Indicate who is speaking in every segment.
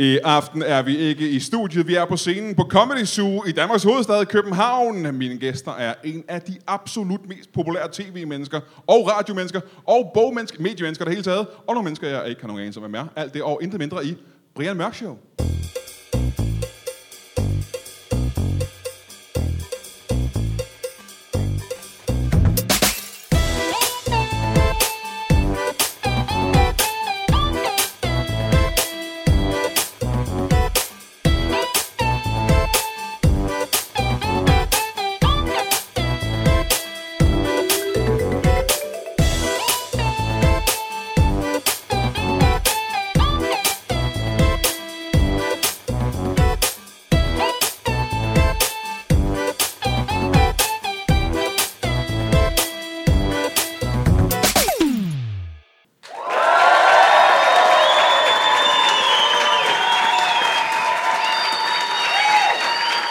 Speaker 1: I aften er vi ikke i studiet, vi er på scenen på Comedy Zoo i Danmarks hovedstad København. Mine gæster er en af de absolut mest populære tv-mennesker og radiomennesker og bogmennesker, mediemennesker det hele taget, og nogle mennesker, jeg ikke har nogen anelse om, hvem er. Alt det og intet mindre i Brian Mørk Show.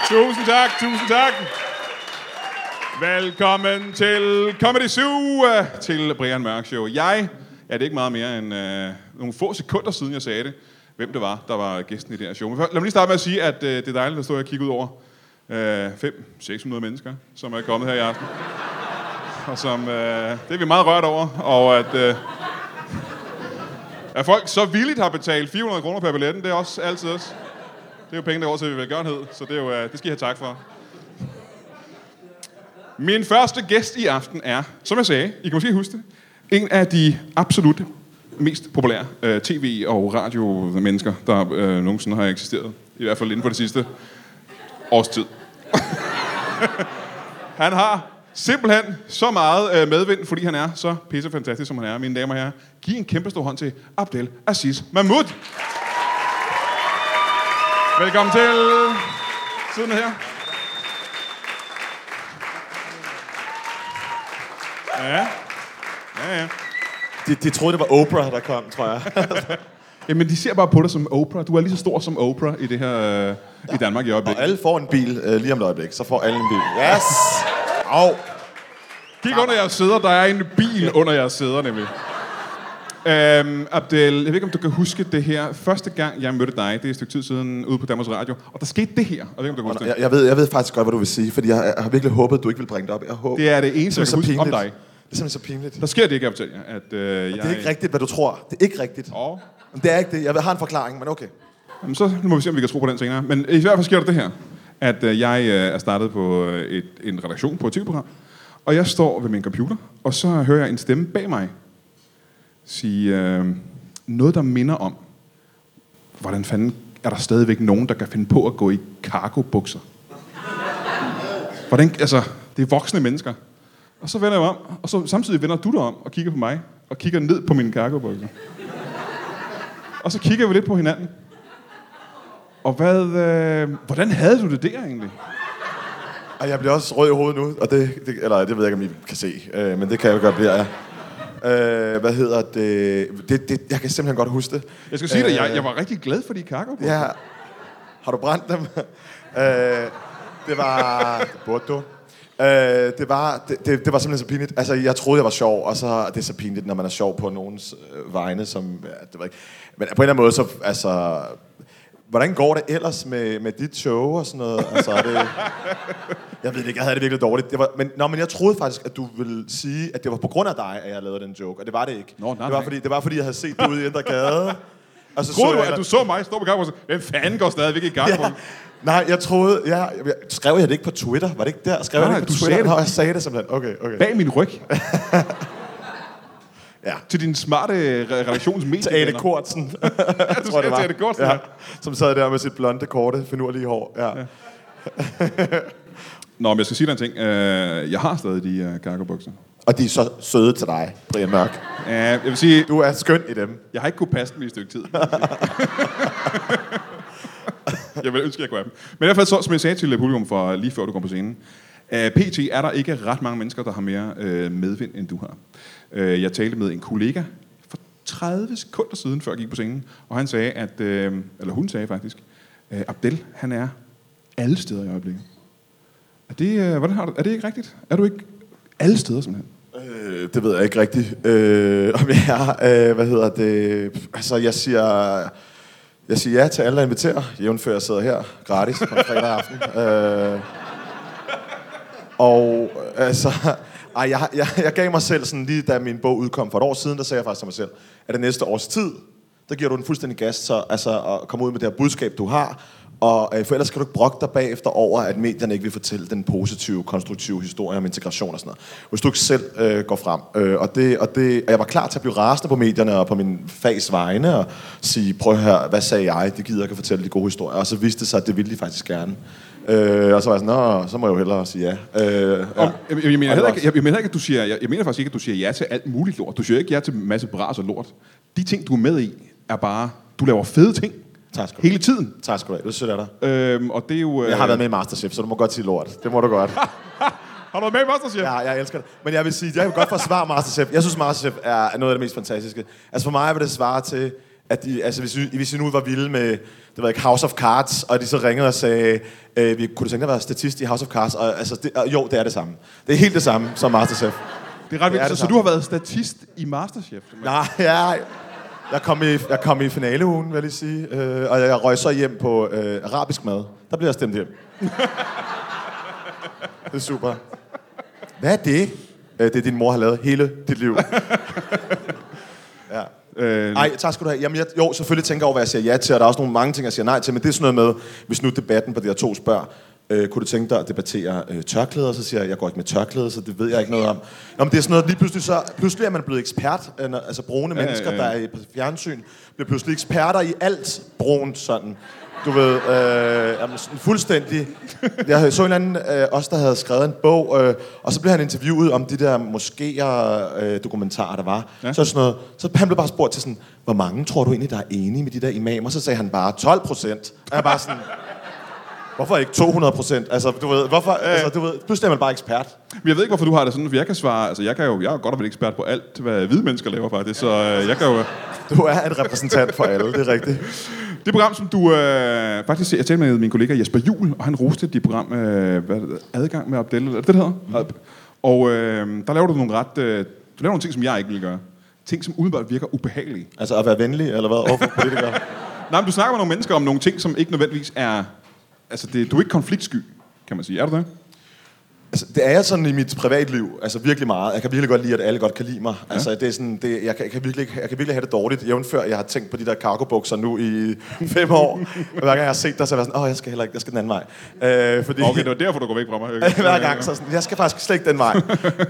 Speaker 1: Tusind tak, tusind tak. Velkommen til Comedy Zoo, øh, til Brian Mørk Show. Jeg, ja, det er ikke meget mere end øh, nogle få sekunder siden, jeg sagde det, hvem det var, der var gæsten i det her show. Men før, lad mig lige starte med at sige, at øh, det er dejligt at stå her og kigge ud over øh, 500-600 mennesker, som er kommet her i aften. Og som, øh, det er vi meget rørt over, og at... Øh, at folk så villigt har betalt 400 kroner per billetten, det er også altid også. Det er jo penge, der går til velgørenhed, så det, er jo, øh, det skal I have tak for. Min første gæst i aften er, som jeg sagde, I kan måske huske det, en af de absolut mest populære øh, tv- og radiomennesker, der øh, nogensinde har eksisteret. I hvert fald inden for det sidste års tid. Han har simpelthen så meget øh, medvind, fordi han er så pissefantastisk, som han er. Mine damer og herrer, giv en kæmpe stor hånd til Abdel Aziz Mahmoud. Velkommen til siden her. Ja. Ja, ja.
Speaker 2: De, de troede, det var Oprah, der kom, tror jeg.
Speaker 1: Jamen, de ser bare på dig som Oprah. Du er lige så stor som Oprah i det her øh, i Danmark i
Speaker 2: Og
Speaker 1: øjeblikket.
Speaker 2: alle får en bil øh, lige om et øjeblik. Så får alle en bil. Yes! Au!
Speaker 1: Kig under jeres sæder. Der er en bil under jeres sæder, nemlig. Øhm, Abdel, jeg ved ikke, om du kan huske det her. Første gang, jeg mødte dig, det er et stykke tid siden, ude på Danmarks Radio. Og der skete det her. Jeg ved ikke, om du kan huske
Speaker 2: Jeg,
Speaker 1: det.
Speaker 2: jeg, ved, jeg ved faktisk godt, hvad du vil sige, fordi jeg, jeg har virkelig håbet, du ikke vil bringe det op. Jeg håber.
Speaker 1: Det er det eneste, jeg kan huske
Speaker 2: simpelthen
Speaker 1: om
Speaker 2: pinligt.
Speaker 1: dig.
Speaker 2: Det er simpelthen så pinligt.
Speaker 1: Der sker det, jeg kan fortælle jer. At, øh, jeg...
Speaker 2: Det er ikke rigtigt, hvad du tror. Det er ikke rigtigt.
Speaker 1: Og...
Speaker 2: Men det er ikke det. Jeg har en forklaring, men okay.
Speaker 1: Jamen, så nu må vi se, om vi kan tro på den senere. Men i hvert fald sker der det her, at øh, jeg øh, er startet på øh, et, en redaktion på et tv-program, og jeg står ved min computer, og så hører jeg en stemme bag mig sige øh, noget, der minder om, hvordan fanden er der stadigvæk nogen, der kan finde på at gå i cargo-bukser? Hvordan, altså, det er voksne mennesker. Og så vender jeg mig om, og så samtidig vender du dig om og kigger på mig, og kigger ned på mine cargo-bukser. Og så kigger vi lidt på hinanden, og hvad, øh, hvordan havde du det der egentlig?
Speaker 2: Og jeg bliver også rød i hovedet nu, og det, det, eller det ved jeg ikke, om I kan se, øh, men det kan jeg jo godt blive, ja. Øh, hvad hedder det? Det, det? Jeg kan simpelthen godt huske det.
Speaker 1: Jeg skal sige dig, jeg, jeg var rigtig glad for de kakker. Ja.
Speaker 2: Ja. Har du brændt dem? øh, det var... Det burde du. Øh, det, var, det, det, det var simpelthen så pinligt. Altså, jeg troede, jeg var sjov, og så det er så pinligt, når man er sjov på nogens øh, vegne, som... Ja, det var ikke. Men på en eller anden måde, så... Altså, hvordan går det ellers med, med dit show og sådan noget? Altså, er det, jeg ved det ikke, jeg havde det virkelig dårligt. Det var, men, nå, men jeg troede faktisk, at du ville sige, at det var på grund af dig, at jeg lavede den joke, og det var det ikke.
Speaker 1: Nå, nej,
Speaker 2: det, var,
Speaker 1: nej.
Speaker 2: fordi, det var, fordi jeg havde set dig ude i Indre Gade. Og så
Speaker 1: Troede du,
Speaker 2: dig-
Speaker 1: at du så mig stå på kakker og sagde, hvem fanden går stadigvæk i kakker?
Speaker 2: Ja.
Speaker 1: Ja.
Speaker 2: Nej, jeg troede... Ja, jeg, skrev jeg det ikke på Twitter? Var det ikke der? Skrev
Speaker 1: Nej,
Speaker 2: jeg det ikke
Speaker 1: du
Speaker 2: på Twitter?
Speaker 1: sagde det.
Speaker 2: Nå, jeg sagde det simpelthen. Okay, okay.
Speaker 1: Bag min ryg.
Speaker 2: Ja.
Speaker 1: Til din smarte øh, re- relationsmedie.
Speaker 2: Til Ane Kortsen. ja,
Speaker 1: du skrev til Ane Kortsen, ja.
Speaker 2: ja. Som sad der med sit blonde, korte, finurlige hår. Ja. ja.
Speaker 1: Nå, men jeg skal sige dig en ting. Øh, jeg har stadig de øh, kakkebukser.
Speaker 2: Og de er så søde til dig, Brian Mørk.
Speaker 1: Øh, jeg vil sige,
Speaker 2: Du er skøn i dem.
Speaker 1: jeg har ikke kunnet passe dem i et stykke tid. jeg vil ønske, at jeg kunne have dem. Men i hvert fald, så, som jeg sagde til publikum for lige før du kom på scenen, øh, PT er der ikke ret mange mennesker, der har mere øh, medvind, end du har. Øh, jeg talte med en kollega for 30 sekunder siden, før jeg gik på scenen, og han sagde, at, øh, eller hun sagde faktisk, øh, Abdel, han er alle steder i øjeblikket. Er det, øh, hvordan har du, er det ikke rigtigt? Er du ikke alle steder, simpelthen?
Speaker 2: Øh, det ved jeg ikke rigtigt. Øh, om jeg er, øh, hvad hedder det? Altså, jeg siger... Jeg siger ja til alle, der inviterer, jævnfør jeg sidder her gratis på en fredag aften. Øh, og øh, altså, ej, jeg, jeg, jeg gav mig selv sådan lige, da min bog udkom for et år siden, der sagde jeg faktisk til mig selv, at det næste års tid, der giver du den fuldstændig gas, så altså, at komme ud med det her budskab, du har, og øh, for ellers kan du ikke brokke dig bagefter over, at medierne ikke vil fortælle den positive, konstruktive historie om integration og sådan noget. Hvis du ikke selv øh, går frem. Øh, og, det, og, det, og jeg var klar til at blive rasende på medierne og på min fags vegne og sige, prøv her, hvad sagde jeg? Det gider jeg ikke at fortælle de gode historier. Og så viste det sig, at det ville de faktisk gerne. Øh, og så var jeg sådan, nå, så må jeg jo hellere sige ja. Øh, ja.
Speaker 1: Om, jeg, jeg, mener
Speaker 2: Og
Speaker 1: heller
Speaker 2: det var-
Speaker 1: ikke, jeg, jeg mener ikke, at du siger, jeg, jeg mener faktisk ikke, at du siger ja til alt muligt lort. Du siger ikke ja til en masse bras og lort. De ting, du er med i, er bare, du laver fede ting
Speaker 2: Tak skal du have.
Speaker 1: hele tiden.
Speaker 2: Tak skal du have, det synes jeg da.
Speaker 1: Øhm, og det er jo... Øh,
Speaker 2: Jeg har været med i Masterchef, så du må godt sige lort. Det må du godt.
Speaker 1: øh, Har du været med i Masterchef?
Speaker 2: Ja, jeg elsker det. Men jeg vil sige, jeg vil godt forsvare Masterchef. Jeg synes, Masterchef er noget af det mest fantastiske. Altså for mig vil det svare til, at de, altså hvis, I, hvis I nu var vilde med det var ikke House of Cards, og de så ringede og sagde, øh, vi kunne du tænke dig at være statist i House of Cards? Og, altså, det, og jo, det er det samme. Det er helt det samme som Masterchef.
Speaker 1: Det er ret
Speaker 2: Det er
Speaker 1: vigtigt. Så,
Speaker 2: det
Speaker 1: så du
Speaker 2: samme.
Speaker 1: har været statist i Masterchef? simpelthen?
Speaker 2: Nej, ja, jeg kom i, jeg kom i finaleugen, vil jeg lige sige. Øh, og jeg røg så hjem på øh, arabisk mad. Der blev jeg stemt hjem. det er super. Hvad er det? Øh, det er din mor har lavet hele dit liv. ja.
Speaker 1: Øh,
Speaker 2: Nej, tak skal du have. Jamen, jeg, jo, selvfølgelig tænker jeg over, hvad jeg siger ja til, og der er også nogle mange ting, jeg siger nej til, men det er sådan noget med, hvis nu debatten på DR2 spørger, øh, kunne du tænke dig at debattere øh, tørklæder, så siger jeg, jeg går ikke med tørklæder, så det ved jeg ikke noget om. Nå, men det er sådan noget, lige pludselig, så, pludselig er man blevet ekspert, øh, når- altså brune
Speaker 1: ja,
Speaker 2: mennesker,
Speaker 1: ja.
Speaker 2: der er i på fjernsyn, bliver pludselig eksperter i alt brunt sådan. Du ved, øh, jamen, sådan fuldstændig. Jeg så en eller anden, øh, også der havde skrevet en bog, øh, og så blev han interviewet om de der moskéer øh, dokumentarer, der var. Ja. Så, er det sådan noget, så han blev bare spurgt til sådan, hvor mange tror du egentlig, der er enige med de der imamer? Så sagde han bare 12 procent. Og jeg bare sådan, hvorfor ikke 200 procent? Altså, du ved, hvorfor, altså, du ved, pludselig er man bare ekspert.
Speaker 1: Men jeg ved ikke, hvorfor du har det sådan, for jeg kan svare, altså jeg, kan jo, jeg er godt og vel ekspert på alt, hvad hvide mennesker laver faktisk, så øh, jeg kan jo...
Speaker 2: Du er en repræsentant for alle, det er rigtigt.
Speaker 1: Det program, som du øh, faktisk ser, jeg talte med min kollega Jesper Juhl, og han roste dit program, øh, hvad er det, Adgang med Abdel, er det det, det hedder? Mm. Og øh, der laver du nogle ret, øh, du laver nogle ting, som jeg ikke ville gøre. Ting, som udenbart virker ubehagelige.
Speaker 2: Altså at være venlig, eller hvad, overfor politikere.
Speaker 1: Nej, men du snakker med nogle mennesker om nogle ting, som ikke nødvendigvis er... Altså, det, du er ikke konfliktsky, kan man sige. Er du det?
Speaker 2: Altså, det er jeg sådan i mit privatliv, altså virkelig meget. Jeg kan virkelig godt lide, at alle godt kan lide mig. Ja. Altså, det er sådan, det, jeg, kan, jeg, kan virkelig, jeg kan virkelig have det dårligt, jævnfør jeg har tænkt på de der cargobukser nu i fem år. Hver gang jeg har set dig, så er jeg sådan, åh, oh, jeg skal heller ikke, jeg skal den anden vej. Øh, fordi,
Speaker 1: Okay, det var derfor, du går væk fra mig.
Speaker 2: hver gang, så er sådan, jeg skal faktisk slet ikke den vej.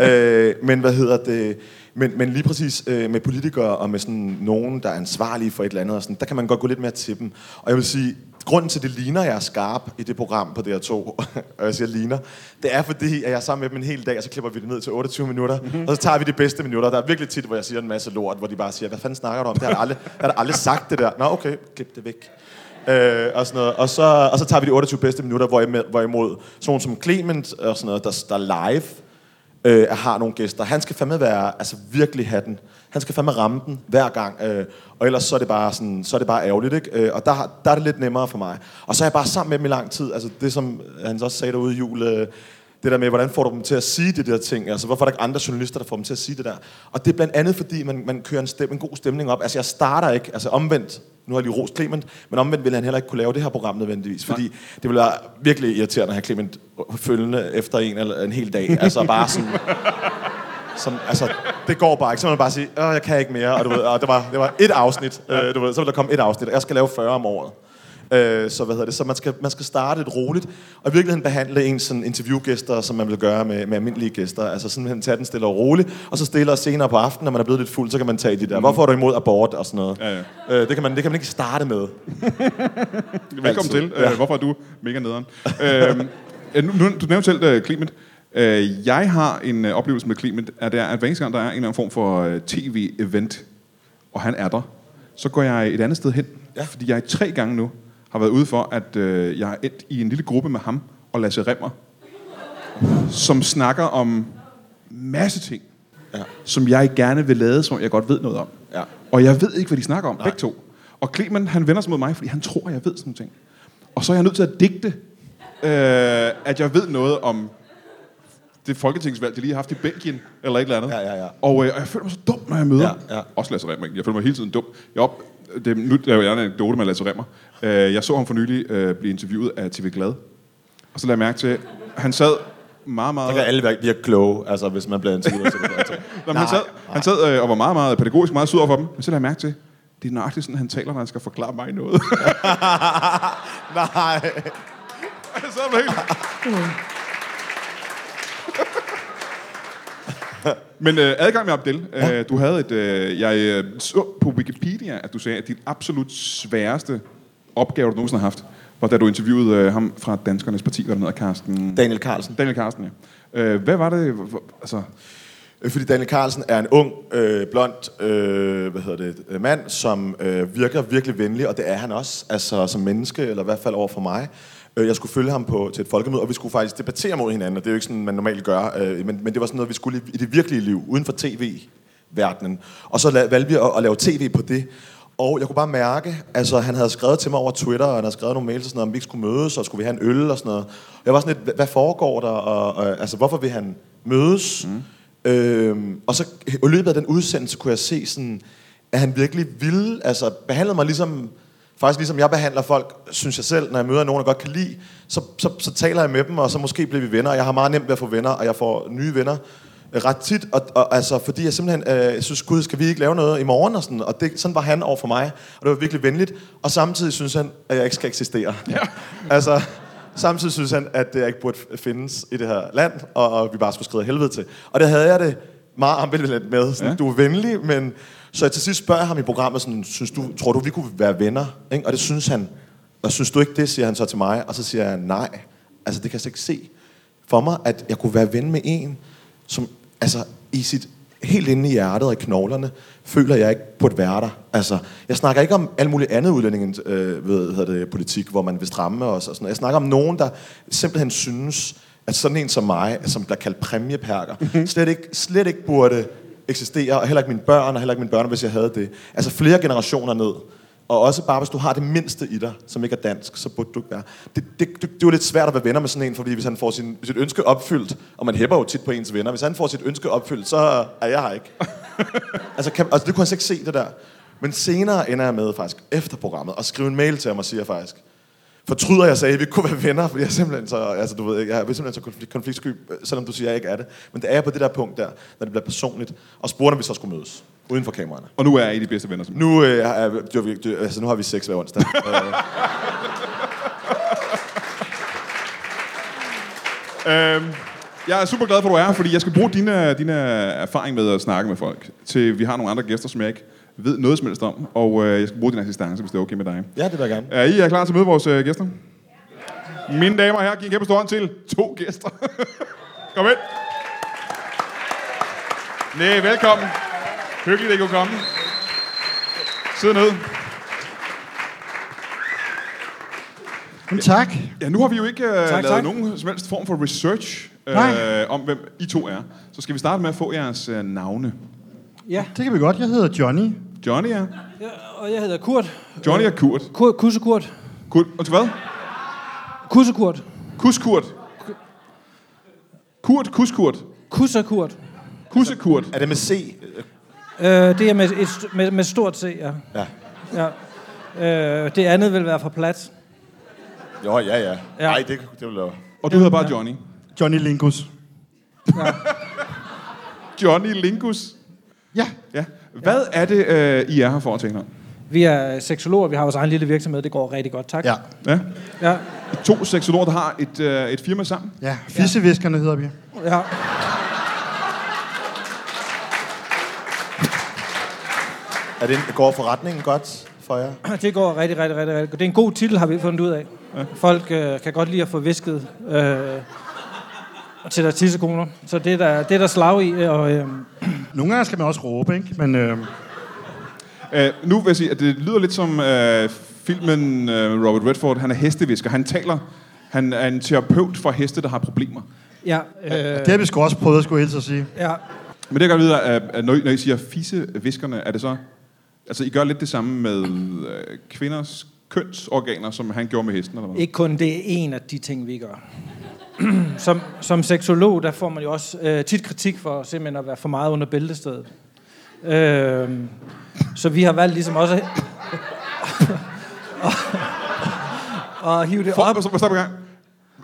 Speaker 2: øh, men hvad hedder det? Men, men lige præcis øh, med politikere og med sådan nogen, der er ansvarlige for et eller andet, og sådan, der kan man godt gå lidt mere til dem. Og jeg vil sige, grunden til, at det ligner, at jeg er skarp i det program på DR2, og jeg siger ligner, det er fordi, at jeg er sammen med dem en hel dag, og så klipper vi det ned til 28 minutter, mm-hmm. og så tager vi de bedste minutter. Der er virkelig tit, hvor jeg siger en masse lort, hvor de bare siger, hvad fanden snakker du om? Det har jeg aldrig, jeg har da aldrig sagt det der. Nå, okay, klip det væk. Øh, og, sådan noget. Og, så, og så tager vi de 28 bedste minutter, hvor hvorimod sådan nogen som Clement og sådan noget, der, der live øh, har nogle gæster. Han skal fandme være, altså virkelig have den. Han skal fandme ramme den hver gang. Øh, og ellers så er det bare, sådan, så er det bare ærgerligt, ikke? Øh, og der, har- der er det lidt nemmere for mig. Og så er jeg bare sammen med dem i lang tid. Altså det, som han også sagde derude i jul, øh, det der med, hvordan får du dem til at sige de der ting? Altså, hvorfor er der ikke andre journalister, der får dem til at sige det der? Og det er blandt andet, fordi man, man kører en, stem, en god stemning op. Altså, jeg starter ikke, altså omvendt, nu har jeg lige rost Clement, men omvendt ville han heller ikke kunne lave det her program nødvendigvis, fordi det ville være virkelig irriterende at have Clement følgende efter en, eller en hel dag. Altså, bare sådan... Som, altså, det går bare ikke. Så må man bare sige, Åh, jeg kan ikke mere. Og, du ved, og det, var, det var et afsnit. Øh, du ved, så vil der komme et afsnit, og jeg skal lave 40 om året. Øh, så hvad hedder det? Så man skal, man skal starte lidt roligt, og i virkeligheden behandle ens sådan, interviewgæster, som man vil gøre med, med almindelige gæster. Altså simpelthen tage den stille og roligt, og så stille og senere på aftenen, når man er blevet lidt fuld, så kan man tage de der, hvorfor er du imod abort og sådan noget.
Speaker 1: Mm. Ja, ja.
Speaker 2: Øh, det, kan man, det kan man ikke starte med.
Speaker 1: Velkommen
Speaker 2: Altid.
Speaker 1: til. Ja. Øh, hvorfor er du mega nederen? øh, ja, nu, nu, du nævnte selv øh, Clement. Øh, jeg har en øh, oplevelse med Clement, at, der, at hver eneste gang, der er en eller anden form for øh, tv-event, og han er der, så går jeg et andet sted hen. Ja. Fordi jeg tre gange nu har været ude for, at øh, jeg er endt i en lille gruppe med ham og Lasse Remmer, som snakker om masse ting,
Speaker 2: Ja.
Speaker 1: som jeg gerne vil lade, som jeg godt ved noget om.
Speaker 2: Ja.
Speaker 1: Og jeg ved ikke, hvad de snakker om, Nej. begge to. Og Clemen, han vender sig mod mig, fordi han tror, jeg ved sådan nogle ting. Og så er jeg nødt til at digte, øh, at jeg ved noget om det folketingsvalg, de lige har haft i Belgien, eller et eller andet.
Speaker 2: Ja, ja, ja.
Speaker 1: Og, øh, og jeg føler mig så dum, når jeg møder.
Speaker 2: Ja, ja.
Speaker 1: Også Lasse Remmer, egentlig. Jeg føler mig hele tiden dum. Jeg er op, det, nu laver jeg en anekdote med Lasse Remmer. Øh, jeg så ham for nylig øh, blive interviewet af TV Glad. Og så lader jeg mærke til, han sad meget, meget...
Speaker 2: Der kan alle være virke kloge, altså hvis man bliver interviewet. Så det
Speaker 1: Nå, men han sad, han sad øh, og var meget, meget pædagogisk, meget sur for dem. Men så lader jeg mærke til, det er nøjagtigt sådan, han taler, når han skal forklare mig noget.
Speaker 2: Nej.
Speaker 1: så er det helt... Men øh, adgang med Abdel, øh, du havde et... Øh, jeg øh, så på Wikipedia, at du sagde, at din absolut sværeste opgave, du nogensinde har haft, var da du interviewede øh, ham fra Danskernes Parti, hvad der hedder Carsten...
Speaker 2: Daniel Carlsen.
Speaker 1: Daniel Carsten, ja. Øh, hvad var det... Hvor, altså,
Speaker 2: Øh, Fordi Daniel Carlsen er en ung, øh, blond, øh, hvad hedder det, øh, mand, som øh, virker virkelig venlig, og det er han også, altså som menneske, eller i hvert fald over for mig. Øh, jeg skulle følge ham på, til et folkemøde, og vi skulle faktisk debattere mod hinanden, og det er jo ikke sådan, man normalt gør, øh, men, men det var sådan noget, vi skulle i, i det virkelige liv, uden for tv-verdenen. Og så la- valgte vi at, at lave tv på det, og jeg kunne bare mærke, altså han havde skrevet til mig over Twitter, og han havde skrevet nogle mails og sådan noget, om vi ikke skulle mødes, og skulle vi have en øl og sådan noget. Jeg var sådan lidt, "Hva- hvad foregår der, og, og altså hvorfor vil han mødes? Mm. Øhm, og så i løbet af den udsendelse kunne jeg se sådan, at han virkelig ville, altså behandlede mig ligesom, faktisk ligesom jeg behandler folk, synes jeg selv, når jeg møder nogen, jeg godt kan lide, så, så, så taler jeg med dem, og så måske bliver vi venner, og jeg har meget nemt ved at få venner, og jeg får nye venner øh, ret tit, og, og altså, fordi jeg simpelthen øh, jeg synes, gud, skal vi ikke lave noget i morgen, og sådan, og det, sådan var han over for mig, og det var virkelig venligt, og samtidig synes han, at jeg ikke skal eksistere. Ja. altså, samtidig synes han, at jeg ikke burde f- findes i det her land, og, og vi bare skulle skride af helvede til. Og det havde jeg det meget ambivalent med, sådan,
Speaker 1: Ja.
Speaker 2: ja. du er venlig, men... Så jeg til sidst spørger jeg ham i programmet, sådan, synes du, tror du, vi kunne være venner? Ikke? Og det synes han. Og synes du ikke det, siger han så til mig, og så siger jeg nej. Altså, det kan jeg slet ikke se for mig, at jeg kunne være ven med en, som altså, i sit helt inde i hjertet og i knoglerne, føler jeg ikke burde være der. Altså, jeg snakker ikke om alt muligt andet udlænding end, øh, ved, hedder det, politik, hvor man vil stramme os og sådan noget. Jeg snakker om nogen, der simpelthen synes, at sådan en som mig, som bliver kaldt præmieperker, slet ikke, slet ikke burde eksistere, og heller ikke mine børn, og heller ikke mine børn, hvis jeg havde det. Altså flere generationer ned. Og også bare, hvis du har det mindste i dig, som ikke er dansk, så burde du ikke være. Det, det, det, det er jo lidt svært at være venner med sådan en, fordi hvis han får sin, sit ønske opfyldt, og man hæpper jo tit på ens venner, hvis han får sit ønske opfyldt, så er jeg her ikke. altså, kan, altså, det kunne han slet ikke se, det der. Men senere ender jeg med faktisk, efter programmet, at skrive en mail til ham og siger faktisk, fortryder jeg sagde, at vi ikke kunne være venner, fordi jeg er simpelthen så, altså, du ved, ikke, jeg er simpelthen så konflikt, konfliktsky, øh, selvom du siger, at jeg ikke er det. Men det er jeg på det der punkt der, når det bliver personligt, og spurgte, om vi så skulle mødes, uden for kameraerne.
Speaker 1: og nu er I de bedste venner. Som...
Speaker 2: Nu, øh, er, du, du, altså, nu har vi sex hver onsdag. Øh,
Speaker 1: Øhm, jeg er super glad for, at du er her, fordi jeg skal bruge dine, dine erfaring med at snakke med folk, til vi har nogle andre gæster, som jeg ikke ved noget som helst om, og øh, jeg skal bruge din assistance, hvis det er okay med dig.
Speaker 2: ja, det vil jeg gerne.
Speaker 1: Er I er klar til at møde vores øh, gæster? Mine damer og herrer, giv en kæmpe stor hånd til to gæster. Kom ind. Nej, velkommen. Hyggeligt, at I kunne komme. Sid ned.
Speaker 3: Men tak.
Speaker 1: Ja, nu har vi jo ikke øh, tak, lavet
Speaker 3: tak.
Speaker 1: nogen som helst form for research
Speaker 3: Nej.
Speaker 1: øh, om, hvem I to er. Så skal vi starte med at få jeres øh, navne.
Speaker 3: Ja. Det kan vi godt. Jeg hedder Johnny.
Speaker 1: Johnny er...
Speaker 4: Ja, og jeg hedder Kurt.
Speaker 1: Johnny er Kurt.
Speaker 4: Kurt Kussekurt.
Speaker 1: Kurt. Og til hvad?
Speaker 4: Kussekurt.
Speaker 1: Kuskurt. Kurt, kuskurt.
Speaker 4: Kussekurt.
Speaker 1: Kusekurt.
Speaker 2: Er det med C?
Speaker 4: Øh, det er med, et, st- med, med stort C, ja.
Speaker 2: Ja.
Speaker 4: ja. Øh, det andet vil være for plat.
Speaker 2: Jo, ja, ja.
Speaker 4: Ja.
Speaker 2: Nej, det, det vil jeg
Speaker 1: Og du hedder bare Johnny.
Speaker 3: Johnny Linkus.
Speaker 1: Johnny Lingus.
Speaker 3: Ja.
Speaker 1: Ja. Hvad er det, øh, I er her for at tænke om?
Speaker 4: Vi er seksologer, vi har vores egen lille virksomhed, det går rigtig godt, tak.
Speaker 3: Ja.
Speaker 1: Ja.
Speaker 4: Ja,
Speaker 1: To seksologer, der har et, øh, et firma sammen.
Speaker 3: Ja. Fisseviskerne hedder vi.
Speaker 4: ja.
Speaker 2: Er det, en- går forretningen godt for jer?
Speaker 4: Det går rigtig, rigtig, rigtig, rigtig godt. Det er en god titel, har vi fundet ud af. Ja. Folk øh, kan godt lide at få visket øh, til deres tissekoner. Så det er der, det er der slag i. Og, øh,
Speaker 3: Nogle gange skal man også råbe, ikke? Men øh,
Speaker 1: Øh, nu vil jeg sige, at det lyder lidt som øh, filmen øh, Robert Redford. Han er hestevisker. Han taler... Han er en terapeut for heste, der har problemer.
Speaker 4: ja, øh,
Speaker 3: det har vi sgu også prøvet, skulle jeg helst at sige.
Speaker 4: ja,
Speaker 1: Men det jeg godt vide, er, at når, I- når I siger fiseviskerne, er det så... Altså, I gør lidt det samme med øh, kvinders kønsorganer, som han gjorde med hesten, eller hvad?
Speaker 4: Ikke kun det er en af de ting, vi gør. som, som seksolog, der får man jo også øh, tit kritik for simpelthen Øhm, at være for meget under bæltestedet. Øh, så vi har valgt ligesom også... og hive det op.
Speaker 1: For, så, stop i gang.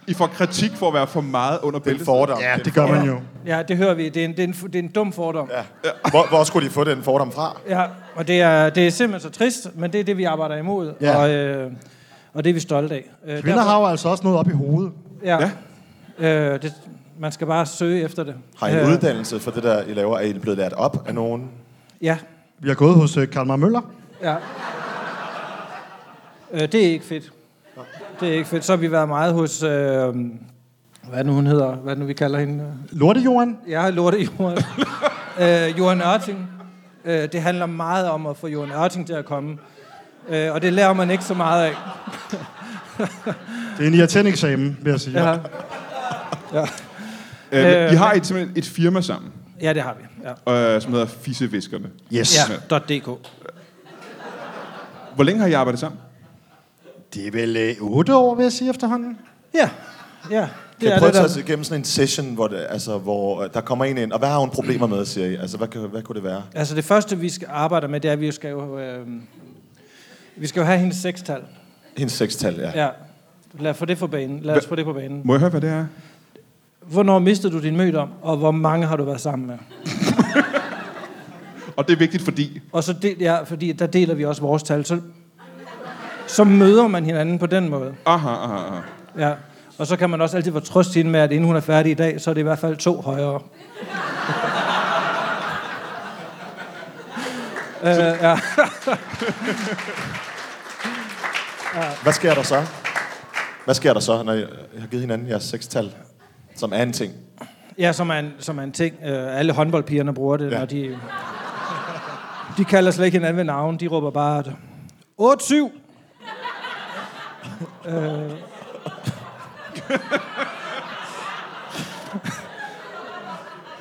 Speaker 1: I får kritik for at være for meget under
Speaker 2: Det er en
Speaker 1: bæltet.
Speaker 2: fordom.
Speaker 3: Ja, det gør man jo.
Speaker 4: Ja, det hører vi. Det er en, det er en, det er en dum fordom. Ja.
Speaker 2: Ja. Hvor, hvor skulle de få den fordom fra?
Speaker 4: ja og det er, det er simpelthen så trist, men det er det, vi arbejder imod.
Speaker 3: Ja.
Speaker 4: Og, øh, og det er vi stolte af. Øh,
Speaker 3: Kvinder har jo altså også noget op i hovedet.
Speaker 4: Ja. ja. Øh, det, man skal bare søge efter det. Øh,
Speaker 2: Har I en uddannelse for det, der I laver? Er I blevet lært op af nogen?
Speaker 4: Ja.
Speaker 3: Vi har gået hos øh, Kalmar Møller.
Speaker 4: ja. Øh, det er ikke fedt. Det er ikke fedt. Så har vi været meget hos... Øh, hvad er det nu, hun hedder? Hvad er det nu, vi kalder hende?
Speaker 3: Lortejorden.
Speaker 4: Jeg har lortet Johan. øh, Johan Ørting. Øh, det handler meget om at få Johan Ørting til at komme. Øh, og det lærer man ikke så meget af.
Speaker 3: Det er en irriterende eksamen, vil jeg sige.
Speaker 4: Ja,
Speaker 1: Øh, men I
Speaker 4: Øh,
Speaker 1: har et, simpelthen et firma sammen,
Speaker 4: ja det har vi. Ja.
Speaker 1: øh, som hedder Fisseviskerne.
Speaker 3: Yes. Ja.
Speaker 4: Ja, .dk.
Speaker 1: Hvor længe har I arbejdet sammen?
Speaker 3: Det er vel øh, 8 år, vil jeg sige efterhånden.
Speaker 4: Ja, ja. Det
Speaker 2: Kan
Speaker 4: er
Speaker 2: I prøve at
Speaker 4: det
Speaker 2: tage
Speaker 4: der.
Speaker 2: os igennem sådan en session, hvor, det, altså, hvor øh, der kommer en ind, og hvad har hun problemer med, siger I? Altså, hvad, kan- hvad kunne det være?
Speaker 4: Altså det første, vi skal arbejde med, det er, at vi jo skal jo... Øh, vi skal jo have hendes sekstal.
Speaker 2: Hendes sekstal, ja.
Speaker 4: Ja. Lad os få det på banen. Lad os få det på banen.
Speaker 1: Må jeg høre, hvad det er?
Speaker 4: Hvornår mistede du din mødom, og hvor mange har du været sammen med?
Speaker 1: Og det er vigtigt, fordi...
Speaker 4: Og så del, ja, fordi der deler vi også vores tal. Så, så møder man hinanden på den måde.
Speaker 1: Aha, aha, aha.
Speaker 4: Ja. Og så kan man også altid få trøst hende med, at inden hun er færdig i dag, så er det i hvert fald to højere. øh, ja.
Speaker 2: Hvad sker der så? Hvad sker der så, når I har givet hinanden jeres sekstal, som er en ting?
Speaker 4: ja, som er en, som er en ting. Øh, alle håndboldpigerne bruger det,
Speaker 2: Ja.
Speaker 4: ja. når de... De kalder slet ikke hinanden ved navn. De råber bare... 8-7! øh.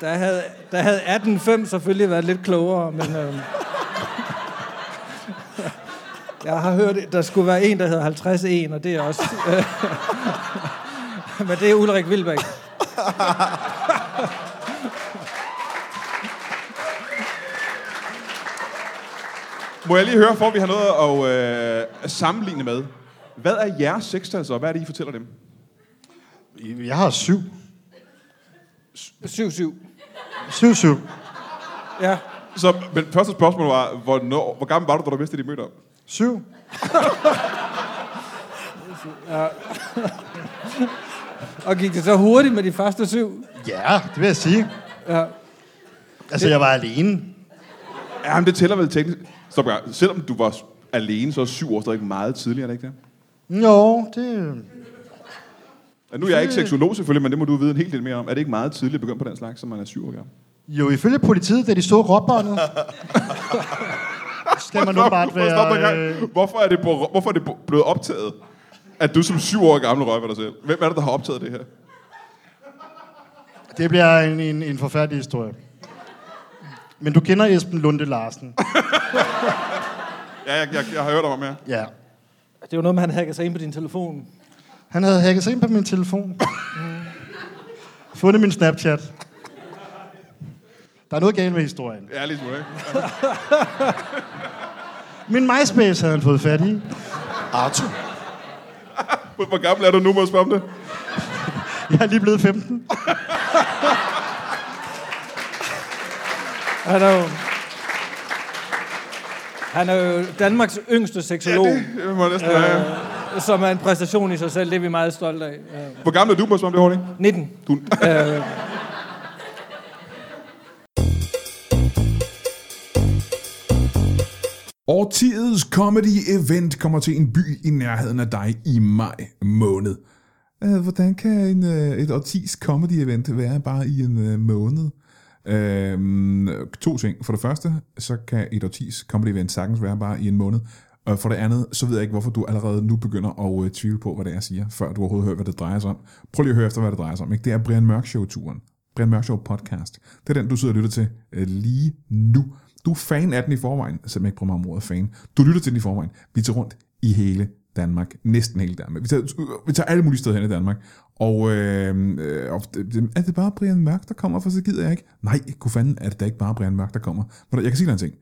Speaker 4: der havde, der havde 18-5 selvfølgelig været lidt klogere, men... Øh, jeg har hørt, at der skulle være en, der hedder 50-1, og det er også... Øh, men det er Ulrik Vilbæk.
Speaker 1: Må jeg lige høre, for at vi har noget at øh, at sammenligne med. Hvad er jeres sekstal så? Hvad er det, I fortæller dem?
Speaker 3: Jeg har 7.
Speaker 4: 7-7.
Speaker 3: 7-7.
Speaker 4: Ja.
Speaker 1: Så, men første spørgsmål var, hvornår, hvor gammel var du, da du mistede din mødom?
Speaker 3: 7.
Speaker 4: Og gik det så hurtigt med de første syv?
Speaker 3: Ja, det vil jeg sige.
Speaker 4: Ja.
Speaker 3: Altså, jeg var alene.
Speaker 1: Ja, men det tæller vel teknisk. Stop, en gang. selvom du var s- alene, så er syv år stadig meget tidligere, er det ikke det?
Speaker 3: Jo, det...
Speaker 1: Ja,
Speaker 3: øh,
Speaker 1: Altså, Nu er jeg ikke seksolog selvfølgelig, men det må du vide en hel del mere om. Er det ikke meget tidligt at begynde på den slags, som man er syv år gammel?
Speaker 3: Jo, ifølge politiet, da de så råbåndet, skal man nu bare
Speaker 1: Hvorfor- stop en gang.
Speaker 3: være... Øh,
Speaker 1: Hvorfor er, det på, hvorfor er det på- blevet optaget, at du som syv år gammel røg dig selv? Hvem er det, der har optaget det her?
Speaker 3: det bliver en, en, en forfærdelig historie. Men du kender Esben Lunde Larsen.
Speaker 1: Ja, jeg, jeg, jeg har hørt om ham her.
Speaker 3: Ja.
Speaker 4: Det var noget med, han hackede sig ind på din telefon.
Speaker 3: Han havde hacket sig ind på min telefon. Mm. Fundet min Snapchat. Der er noget galt med historien.
Speaker 1: Ja, lige smule, ikke?
Speaker 3: Min MySpace havde han fået fat i.
Speaker 2: Arthur?
Speaker 1: Hvor- Hvor gammel er du nu, må jeg spørge om det?
Speaker 3: Jeg er lige blevet 15.
Speaker 4: Han er jo... Han er jo Danmarks yngste seksolog, ja,
Speaker 1: Det må jeg næsten være. ja.
Speaker 4: det... som er en præstation i sig selv. Det er vi meget stolte af. Øh,
Speaker 1: Hvor gammel er du, må jeg spørge om det, Horning?
Speaker 4: 19.
Speaker 1: Du...
Speaker 4: Øh,
Speaker 5: Årtiets comedy event kommer til en by i nærheden af dig i maj måned. Øh, Hvordan kan en, øh, et årtis comedy event være bare i en øh, måned? Øhm, to ting. For det første, så kan et årtis comedy event sagtens være bare i en måned. Og for det andet, så ved jeg ikke, hvorfor du allerede nu begynder at øh, tvivle på, hvad det er, jeg siger, før du overhovedet hører, hvad det drejer sig om. Prøv lige at høre efter, hvad det drejer sig om. Ikke? Det er Brian Mørk Show-turen. Brian Mørk Show podcast. Det er den, du sidder og lytter til øh, lige nu. Du er fan af den i forvejen, selvom jeg ikke bruger mig om ordet fan. Du lytter til den i forvejen. Vi tager rundt i hele Danmark. Næsten hele Danmark. Vi tager, øh, vi tager alle mulige steder hen i Danmark. Og, øh, øh, og det- er det bare Brian Mørk, der kommer, for så gider jeg ikke. Nej, kunne fanden er det da ikke bare Brian Mørk, der kommer. Men jeg kan sige dig en ting.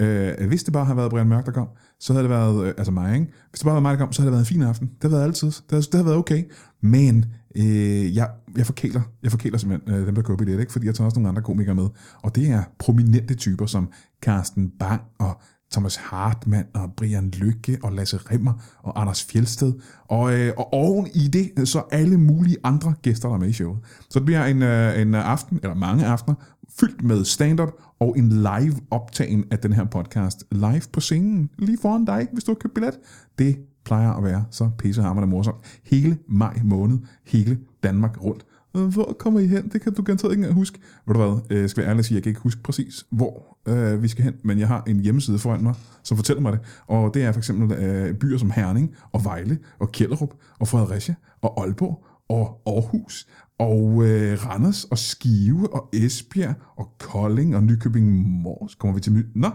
Speaker 5: Øh, hvis det bare havde været Brian Mørk, der kom, så havde det været, øh, altså mig, ikke? Hvis det bare havde været mig, der kom, så havde det været en fin aften. Det havde været altid. Det havde, det havde været okay. Men øh, jeg, jeg forkæler, jeg forkæler simpelthen øh, dem, der køber billet, ikke? Fordi jeg tager også nogle andre komikere med. Og det er prominente typer som Carsten Bang og Thomas Hartmann og Brian Lykke og Lasse Rimmer og Anders Fjelsted. Og, øh, og oven i det, øh, så alle mulige andre gæster, der er med i showet. Så det bliver en, øh, en aften, eller mange aftener, fyldt med stand-up og en live optagen af den her podcast. Live på scenen, lige foran dig, hvis du har købt billet. Det plejer at være så pissehammerende morsomt. Hele maj måned, hele Danmark rundt. Øh, Hvor kommer I hen? Det kan du garanteret ikke engang huske. Ved du hvad, øh, jeg skal være ærlig og sige, jeg kan ikke huske præcis, hvor øh, vi skal hen, men jeg har en hjemmeside foran mig, som fortæller mig det. Og det er for eksempel øh, byer som Herning, og Vejle, og Kjellerup, og Fredericia, og Aalborg, og Aarhus, og øh, Randers, og Skive, og Esbjerg, og Kolding, og Nykøbing Mors. Kommer vi til... My- Nå, det var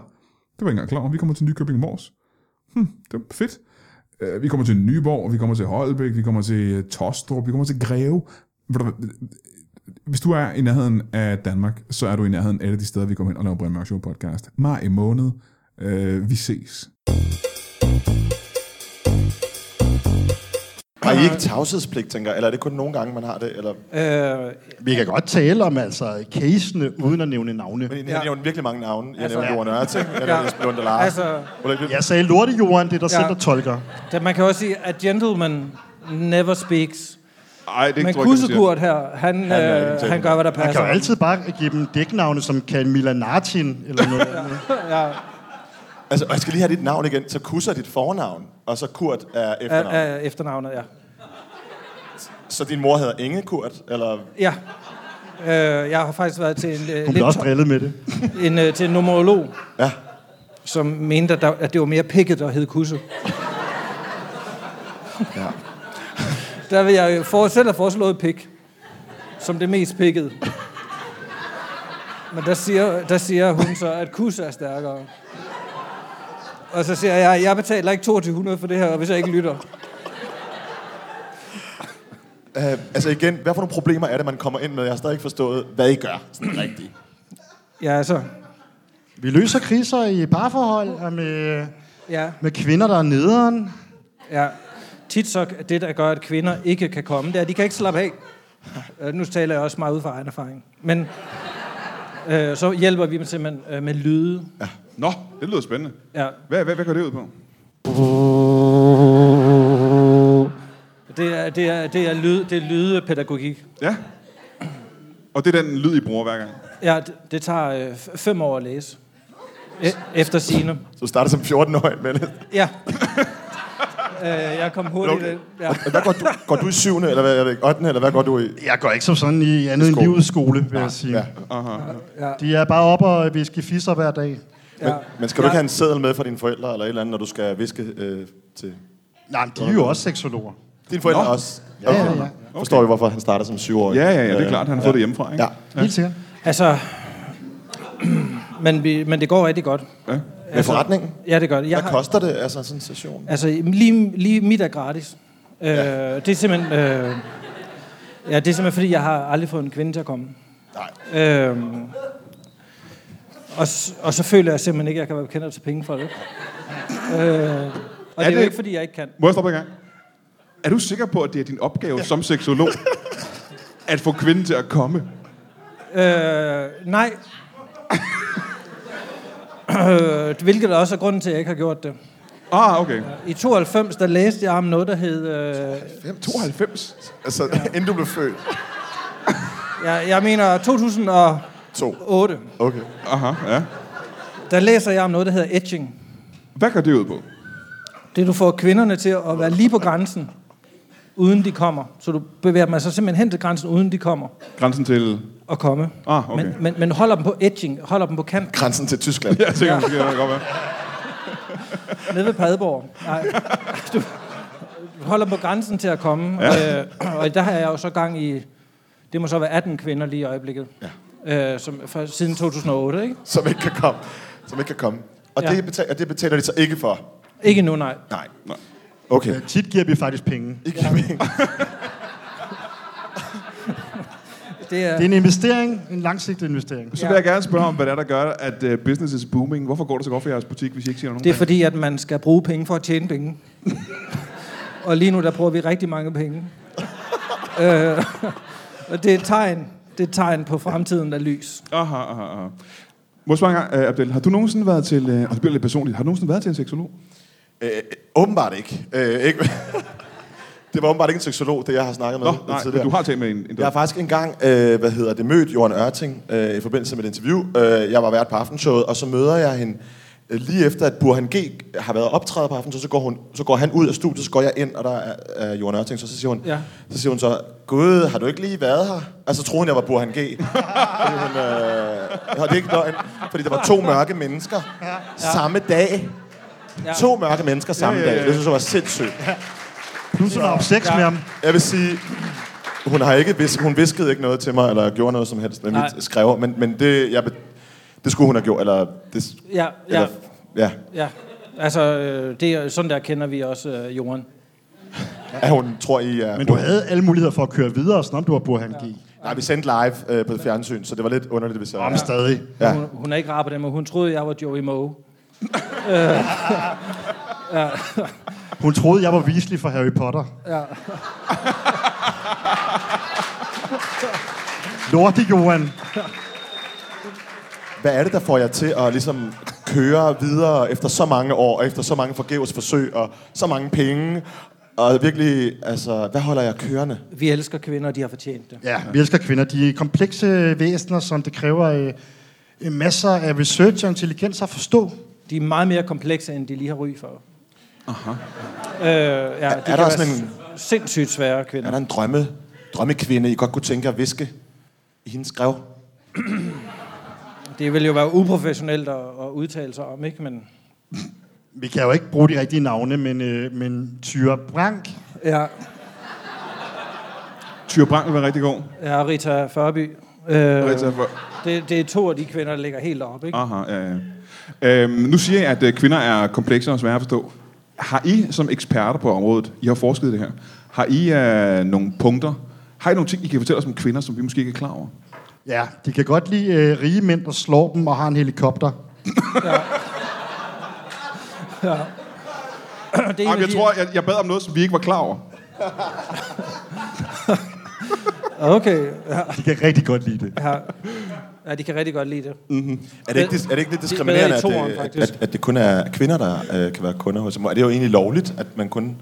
Speaker 5: jeg ikke engang klar over. Vi kommer til Nykøbing Mors. Hmm, det var fedt. Øh, Vi kommer til Nyborg, vi kommer til Holbæk, vi kommer til øh, Tostrup, vi kommer til Greve. Ved du hvad, øh, Hvis du er i nærheden af Danmark, så er du i nærheden af alle de steder, vi kommer hen og laver Brian Mørk Show podcast. Maj i måned. Øh, vi ses.
Speaker 2: Har I ikke tavshedspligt, tænker jeg? Eller er det kun nogle gange, man har det? Eller...
Speaker 4: Øh,
Speaker 3: Vi kan godt tale om altså casene uden at nævne navne.
Speaker 2: Men I ja. nævner virkelig mange navne. Jeg
Speaker 4: Altså,
Speaker 2: altså, nævner
Speaker 4: ja.
Speaker 2: Johan Ørting, jeg nævner
Speaker 4: Ja.
Speaker 2: Esben Lunde Larsen.
Speaker 4: altså,
Speaker 2: Ulrik
Speaker 3: Jeg sagde lortejorden, det er der
Speaker 4: Ja.
Speaker 3: selv, der tolker.
Speaker 4: da man kan også sige, at gentleman never speaks.
Speaker 1: Ej, det
Speaker 4: Men
Speaker 1: tror jeg ikke, man siger.
Speaker 4: Kussegurt her, han, han,
Speaker 2: er
Speaker 4: øh,
Speaker 2: gentleman.
Speaker 4: han gør, hvad der
Speaker 3: Man kan
Speaker 4: passer.
Speaker 3: jo
Speaker 2: Altså-
Speaker 3: altid bare give dem dæknavne som Camilla Nartin eller noget.
Speaker 4: ja,
Speaker 2: Altså, og jeg skal lige have dit navn igen. Så Kus er dit fornavn, og så Kurt er efternavn.
Speaker 4: er, er efternavnet, ja.
Speaker 2: Så din mor hedder Inge Kurt, eller...
Speaker 4: Ja. Øh, jeg har faktisk været til en, øh,
Speaker 3: Hun blev også
Speaker 4: lidt,
Speaker 3: drillet med det.
Speaker 4: en, øh, til en numerolog,
Speaker 2: Ja.
Speaker 4: som mente, at, der, at det var mere pikket at hedde kusse.
Speaker 2: ja.
Speaker 4: Der vil jeg jo for, selv have foreslået pik, som det mest pikket. Men der siger, der siger hun så, at kusse er stærkere. Og så siger jeg, jeg betaler ikke 2200 for det her, hvis jeg ikke lytter.
Speaker 2: Øh, altså igen, hvad for nogle problemer er det, man kommer ind med? Jeg har stadig ikke forstået, hvad I gør. Sådan rigtigt.
Speaker 4: Ja, altså.
Speaker 3: Vi løser kriser i parforhold og med,
Speaker 4: Ja,
Speaker 3: med kvinder, der er nederen.
Speaker 4: ja. Tit så er det, der gør, at kvinder ikke kan komme, det er, at de kan ikke slappe af. Øh, nu taler jeg også meget ud fra egen erfaring. Men øh, så hjælper vi dem simpelthen øh, med lyde.
Speaker 1: Nå, det lyder spændende.
Speaker 4: Ja,
Speaker 1: Hvad, hvad, hvad går det ud på?
Speaker 4: det er, det er, det er, lyd, det er lydepædagogik.
Speaker 1: Ja. Og det er den lyd, I bruger hver gang.
Speaker 4: Ja, det, det tager øh, f- fem år at læse. E- efter sine.
Speaker 2: Så du starter som 14-årig med det.
Speaker 4: Ja. øh, jeg kom hurtigt
Speaker 2: Okay.
Speaker 4: ind. Ja.
Speaker 2: Hvad går du, går du i 7. eller hvad, er det, 8. eller hvad går du i?
Speaker 3: Jeg går ikke som sådan i andet end
Speaker 2: Skole.
Speaker 3: livets skole, vil jeg sige.
Speaker 2: Ja.
Speaker 3: De er bare oppe og viske fisser hver dag.
Speaker 2: Men,
Speaker 4: Ja.
Speaker 2: men skal du
Speaker 4: Ja.
Speaker 2: ikke have en seddel med fra dine forældre eller et eller andet, når du skal viske øh, til...
Speaker 3: Nej, men de er jo også seksologer.
Speaker 2: Dine forældre
Speaker 1: Nå.
Speaker 2: også?
Speaker 3: Ja, ja, ja.
Speaker 2: Forstår vi, hvorfor han starter som 7-årig?
Speaker 1: Ja, ja, ja, det er klart. Han har fået det hjemmefra, ikke?
Speaker 2: Ja.
Speaker 3: Helt sikkert.
Speaker 4: Altså, men, vi, men det går rigtig godt.
Speaker 1: ja.
Speaker 2: Med forretningen?
Speaker 4: Ja, det gør det. Jeg
Speaker 2: Hvad koster det, altså sådan en session?
Speaker 4: altså, lige, lige mit er gratis. Øh, Det er simpelthen... Øh, ja, det er simpelthen, fordi jeg har aldrig fået en kvinde til at komme.
Speaker 2: Nej.
Speaker 4: Øhm, og, s- og så føler jeg simpelthen ikke, at jeg kan være bekendt til penge for det. Øh, og det er jo
Speaker 1: det-
Speaker 4: ikke, fordi jeg ikke kan.
Speaker 1: Må jeg stoppe en gang? Er du sikker på, at det er din opgave ja. som seksolog, at få kvinden til at komme?
Speaker 4: Øh, nej. Øh, Hvilket også er grunden til, at jeg ikke har gjort det.
Speaker 1: Ah, okay.
Speaker 4: I 92, der læste jeg om noget, der hed... Øh,
Speaker 1: 92?
Speaker 2: Altså, inden du blev født.
Speaker 4: jeg, jeg mener 2008.
Speaker 2: To. Okay.
Speaker 1: Aha, ja.
Speaker 4: Der læser jeg om noget, der hedder etching.
Speaker 1: Hvad går det ud på?
Speaker 4: Det er, du får kvinderne til at være lige på grænsen, uden de kommer. Så du bevæger dem altså simpelthen hen til grænsen, uden de kommer.
Speaker 1: Grænsen til...
Speaker 4: at komme.
Speaker 1: Ah, okay.
Speaker 4: men, men, men holder dem på edging, holder dem på kant,
Speaker 2: Grænsen til Tyskland.
Speaker 1: Jeg tænker, ja. det kan godt være.
Speaker 4: nede ved Padborg. Nej, du du holder dem på grænsen til at komme. Ja. Øh, og der har jeg jo så gang i, det må så være 18 kvinder lige i øjeblikket. Ja. Øh, som, fra, siden 2008, ikke?
Speaker 2: som ikke kan komme. Som ikke kan komme. Og,
Speaker 4: Ja.
Speaker 2: ja. det, betaler, og det betaler de så ikke for?
Speaker 4: Ikke nu, nej.
Speaker 2: Nej.
Speaker 1: Nå.
Speaker 2: Okay.
Speaker 3: Men tit giver vi faktisk penge.
Speaker 2: Ikke ja.
Speaker 4: Det er,
Speaker 3: Det er en investering, en langsigtet investering.
Speaker 1: Så vil jeg gerne spørge om, hvad det er, der gør, at uh, business is booming. Hvorfor går det så godt for jeres butik, hvis I ikke siger nogen?
Speaker 4: det er fordi, at man skal bruge penge for at tjene penge. og lige nu, der bruger vi rigtig mange penge. øh, og det er et tegn. Det er et tegn på fremtiden, der er lys.
Speaker 1: Aha, aha, aha. Må jeg spørge en gang, øh, Abdel, har du nogensinde været til, øh, og det bliver lidt personligt, har du nogensinde været til en seksolog?
Speaker 2: Øh, åbenbart ikke. Øh, ikke. det var åbenbart ikke en seksolog, det jeg har snakket med
Speaker 1: Nå, nej, men
Speaker 2: tidligere.
Speaker 1: du har talt med en, en
Speaker 2: Jeg har faktisk engang, øh, hvad hedder det, mødt Johan Ørting øh, i forbindelse med et interview. Øh, jeg var vært på aftenshowet, og så møder jeg hende øh, lige efter, at Burhan G har været optræder på aftenshowet, så går, hun, så går han ud af studiet, så går jeg ind, og der er øh, Johan Ørting, så, så siger hun,
Speaker 4: Ja.
Speaker 2: så siger hun så, Gud, har du ikke lige været her? Og så troede hun, jeg var Burhan G. fordi hun, øh, og det er ikke løgn, fordi der var to mørke mennesker samme dag.
Speaker 4: Ja.
Speaker 2: To mørke mennesker samme
Speaker 1: Ja, ja, ja.
Speaker 2: dag. Det synes jeg var sindssygt.
Speaker 3: Plus hun har haft sex
Speaker 4: Ja.
Speaker 3: med ham.
Speaker 2: Jeg vil sige, hun har ikke vis- hun viskede ikke noget til mig, eller gjorde noget som helst med
Speaker 4: Nej.
Speaker 2: mit skrev, men, men det, jeg, be- det skulle hun have gjort, eller... Det,
Speaker 4: Ja, ja,
Speaker 2: eller ja.
Speaker 4: ja. Altså, øh, det er, sådan der kender vi også øh, jorden.
Speaker 2: ja. hun tror, I er...
Speaker 3: Men du havde alle muligheder for at køre videre, sådan om du var Burhan G.
Speaker 2: Nej, vi sendte live øh, på fjernsyn, så det var lidt underligt, hvis jeg...
Speaker 3: Om stadig.
Speaker 2: Ja.
Speaker 4: Ja. Hun, hun er ikke rar på den måde. Hun troede, jeg var Joey Moe.
Speaker 3: Hun troede, jeg var Weasley fra Harry Potter.
Speaker 4: Ja.
Speaker 3: Lorte, Johan.
Speaker 2: Hvad er det, der får jer til at ligesom køre videre efter så mange år, og efter så mange forgæves forsøg, og så mange penge, og virkelig, altså, hvad holder jeg kørende?
Speaker 4: Vi elsker kvinder, og de har fortjent det.
Speaker 3: Ja, vi elsker kvinder. De er komplekse væsener, som det kræver øh, øh, masser af research og intelligens at forstå.
Speaker 4: De er meget mere komplekse, end de lige har ry for. Aha. Øh, ja, er, de
Speaker 2: der
Speaker 4: kan være
Speaker 2: sådan en-
Speaker 4: sindssygt svære
Speaker 2: Er
Speaker 4: kvinder.
Speaker 2: der en drømme, drømmekvinde, I godt kunne tænke jer at viske i hendes skrev?
Speaker 4: Det ville jo være uprofessionelt at, at udtale sig om, ikke? Men
Speaker 3: Vi kan jo ikke bruge de rigtige navne, men, øh, men Tyre Brank,
Speaker 4: ja,
Speaker 1: Tyre Brang vil være rigtig god.
Speaker 4: ja Rita Førby. Øh,
Speaker 1: Rita Ah. for...
Speaker 4: Det, det er to af de kvinder, der ligger helt oppe, ikke?
Speaker 1: Aha, ja, ja. Øhm, nu siger jeg, at øh, kvinder er komplekse og svære at forstå. Har I som eksperter på området, I har forsket i det her, har I øh, nogle punkter, har I nogle ting, I kan fortælle os om kvinder, som vi måske ikke er klar over?
Speaker 3: Ja, de kan godt lide øh, rige mænd, der slår dem og har en helikopter.
Speaker 4: Det er en af
Speaker 1: Jamen, jeg
Speaker 4: de-
Speaker 1: tror, jeg, jeg bad om noget, som vi ikke var klar over.
Speaker 4: Okay, ja,
Speaker 3: De kan rigtig godt lide det.
Speaker 4: ja. ja, de kan rigtig godt lide det.
Speaker 2: Er det ikke, dis- er det ikke lidt
Speaker 4: Det er
Speaker 2: diskriminerende,
Speaker 4: bedre i
Speaker 2: at,
Speaker 4: toeren,
Speaker 2: det,
Speaker 4: faktisk.
Speaker 2: at, at det kun er kvinder, der øh, kan være kunder hos dem? Er det jo egentlig lovligt, at man kun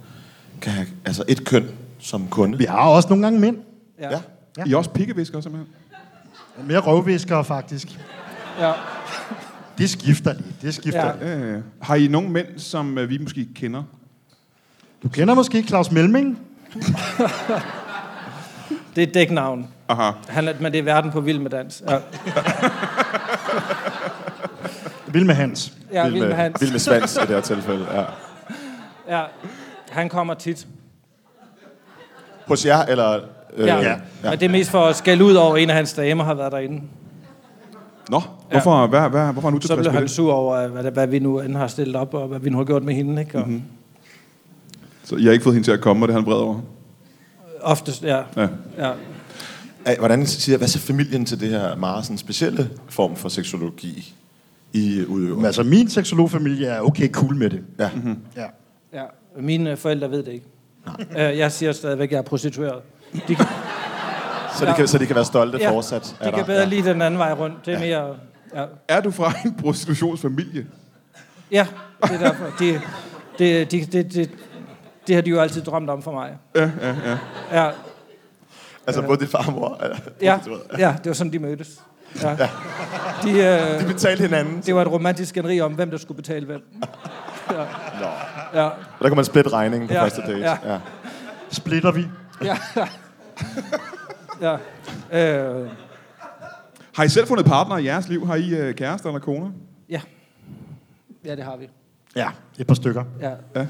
Speaker 2: kan have altså et køn som kunde?
Speaker 3: Vi har også nogle gange mænd.
Speaker 4: Ja.
Speaker 2: Ja.
Speaker 1: Ja. I er også pikkeviskere, simpelthen.
Speaker 3: Mere røvviskere, faktisk.
Speaker 4: ja.
Speaker 3: Det skifter lidt, det skifter.
Speaker 4: Ja.
Speaker 3: Ja.
Speaker 1: Ja, ja, ja. Har I nogle mænd, som øh, vi måske ikke kender?
Speaker 3: Du kender måske Claus Melming?
Speaker 4: Det er et dæknavn.
Speaker 1: Aha.
Speaker 4: Han er, men det er verden på vild med dans. Ja,
Speaker 3: Vild med Hans.
Speaker 4: ja vild med hans.
Speaker 2: vild med svans i det her tilfælde, ja.
Speaker 4: Ja. Han kommer tit.
Speaker 2: Hos jer, eller... Øh,
Speaker 4: Ja.
Speaker 2: ja.
Speaker 4: ja. Og det er mest for at skælde ud over, at en af hans damer har været derinde.
Speaker 1: Nå, hvorfor, ja. hvad, hvad, hvorfor er han
Speaker 4: Så
Speaker 1: utilfreds
Speaker 4: blev
Speaker 1: med
Speaker 4: han
Speaker 1: det?
Speaker 4: sur over, hvad, det- hvad vi nu end har stillet op, og hvad vi nu har gjort med hende. Ikke? Og mm-hmm.
Speaker 1: Så jeg har ikke fået hende til at komme, og det er han vred over.
Speaker 4: Oftest, ja.
Speaker 1: Ja.
Speaker 4: ja.
Speaker 2: Ej, Hvordan siger hvad siger familien til det her meget sådan specielle form for seksologi, I udøver?
Speaker 3: Men altså, min seksologfamilie er okay cool med det.
Speaker 2: Ja. Mm-hmm.
Speaker 3: Ja.
Speaker 4: ja. Mine øh, forældre ved det ikke. Øh, Jeg siger stadigvæk, at jeg er prostitueret. De kan,
Speaker 2: Så, de kan, så de kan være stolte ja. fortsat.
Speaker 4: de kan bedre ja. lide den anden vej rundt. Det er ja. mere... Ja.
Speaker 1: Er du fra en prostitutionsfamilie?
Speaker 4: Ja, det er derfor. Det, det, det, det, det, det har de jo altid drømt om for mig. Ja, ja, ja.
Speaker 2: Altså både din far og mor. Ja.
Speaker 4: Ja, ja, ja det var sådan, de mødtes. Ja. Ja. De, øh,
Speaker 2: De betalte hinanden.
Speaker 4: det var et romantisk skænderi om, hvem der skulle betale hvem.
Speaker 2: Nå.
Speaker 4: Ja,
Speaker 2: Og der kan man splitte regningen på
Speaker 4: Ja.
Speaker 2: ja. første date.
Speaker 4: Ja.
Speaker 2: Ja. Ja.
Speaker 3: Splitter vi?
Speaker 4: ja. ja. Øh,
Speaker 1: Har I selv fundet partner i jeres liv? Har I øh, kærester eller koner?
Speaker 4: ja. ja, det har vi.
Speaker 3: Ja, et par stykker.
Speaker 4: Ja.
Speaker 1: Ja.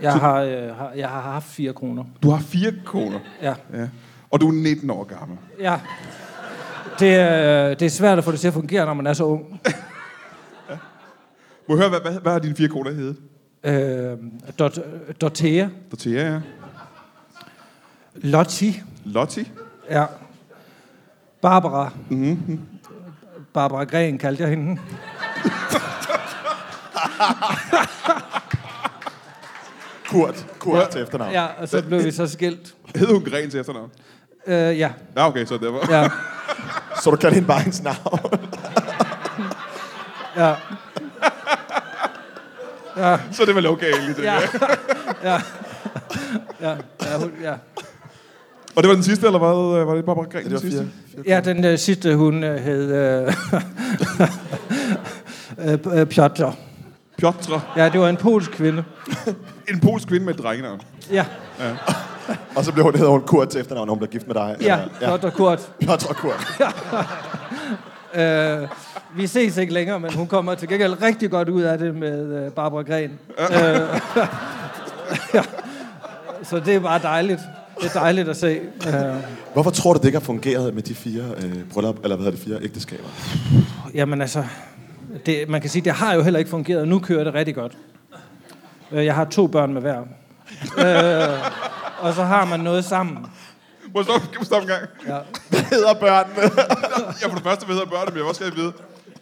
Speaker 4: Jeg, har, øh, har, jeg har haft fire kroner.
Speaker 1: Du har fire koner.
Speaker 4: Ja.
Speaker 1: Ja. Og du er 19 år gammel.
Speaker 4: ja. Det, øh, det er svært at få det til at fungere, når man er så ung.
Speaker 1: Må jeg høre, hvad, hvad, hvad har dine fire koner heddet?
Speaker 4: Øh, Dot, Dortea,
Speaker 1: Dortea, ja.
Speaker 4: Lotti,
Speaker 1: Lottie.
Speaker 4: ja. Barbara. Mm-hmm. Barbara Gren kaldte jeg hende.
Speaker 2: Kurt. Kurt til efternavn.
Speaker 4: Ja, og så blev vi så skilt.
Speaker 1: Hed hun Gren til efternavn?
Speaker 4: Øh, ja,
Speaker 1: Ja, okay, så derfor. Ja.
Speaker 4: ja,
Speaker 2: Så du kalder hende bare hendes navn.
Speaker 4: ja.
Speaker 1: Så er det vel okay, egentlig.
Speaker 4: Ja.
Speaker 1: Ja.
Speaker 4: ja. Ja, ja, hun, ja.
Speaker 1: Og det var den sidste, eller hvad? Øh, Var det Barbara Gren
Speaker 2: Det var
Speaker 1: den sidste?
Speaker 2: fire.
Speaker 4: ja den øh, sidste, hun øh, hed øh, øh, øh, Piotr.
Speaker 1: Piotr.
Speaker 4: Ja, det var en polsk kvinde.
Speaker 1: En polsk kvinde med et drengenavn.
Speaker 4: Ja,
Speaker 2: Og så blev hun, hedder hun Kurt til efternavn, og hun blev gift med dig.
Speaker 4: ja, Piotr Kurt.
Speaker 2: Piotr og Kurt.
Speaker 4: Øh, vi ses ikke længere, men hun kommer til gengæld rigtig godt ud af det med øh, Barbara Gren. øh, ja. Så det er bare dejligt. Det er dejligt at se. Øh,
Speaker 2: Hvorfor tror du, det ikke har fungeret med de fire øh, bryllup, eller hvad hedder det, fire ægteskaber?
Speaker 4: Jamen altså, det, man kan sige, det har jo heller ikke fungeret. Nu kører det rigtig godt. Øh, Jeg har to børn med hver. øh, og så har man noget sammen.
Speaker 1: Må jeg stoppe, kan jeg stoppe en gang?
Speaker 2: Hvad hedder børnene?
Speaker 1: Jeg for det første ved, at børnene, men jeg vil også gerne vide,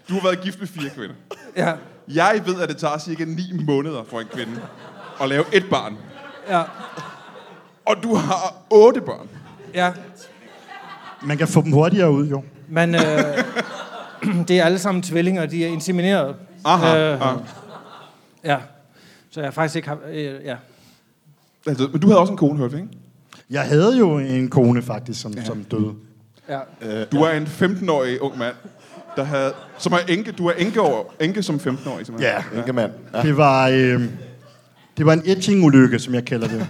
Speaker 1: du har været gift med fire kvinder.
Speaker 4: Ja,
Speaker 1: Jeg ved, at det tager cirka 9 måneder for en kvinde at lave et barn.
Speaker 4: ja,
Speaker 1: Og du har otte børn.
Speaker 4: ja.
Speaker 3: Man kan få dem hurtigere ud, jo.
Speaker 4: Men øh, det er alle sammen tvillinger, de er insemineret.
Speaker 1: Aha,
Speaker 4: Øh,
Speaker 1: aha.
Speaker 4: Ja. Så jeg har faktisk ikke har... Øh, ja.
Speaker 1: Altså, men du havde også en kone, hørte vi, ikke?
Speaker 3: Jeg havde jo en kone, faktisk, som, ja. som døde.
Speaker 4: ja.
Speaker 1: Du er en 15-årig ung mand, der havde, som er enke. Du er enke, over, enke som 15-årig, simpelthen.
Speaker 2: Ja, enkemand. Ja.
Speaker 3: Det var, øh, det var en etching-ulykke, som jeg kalder det.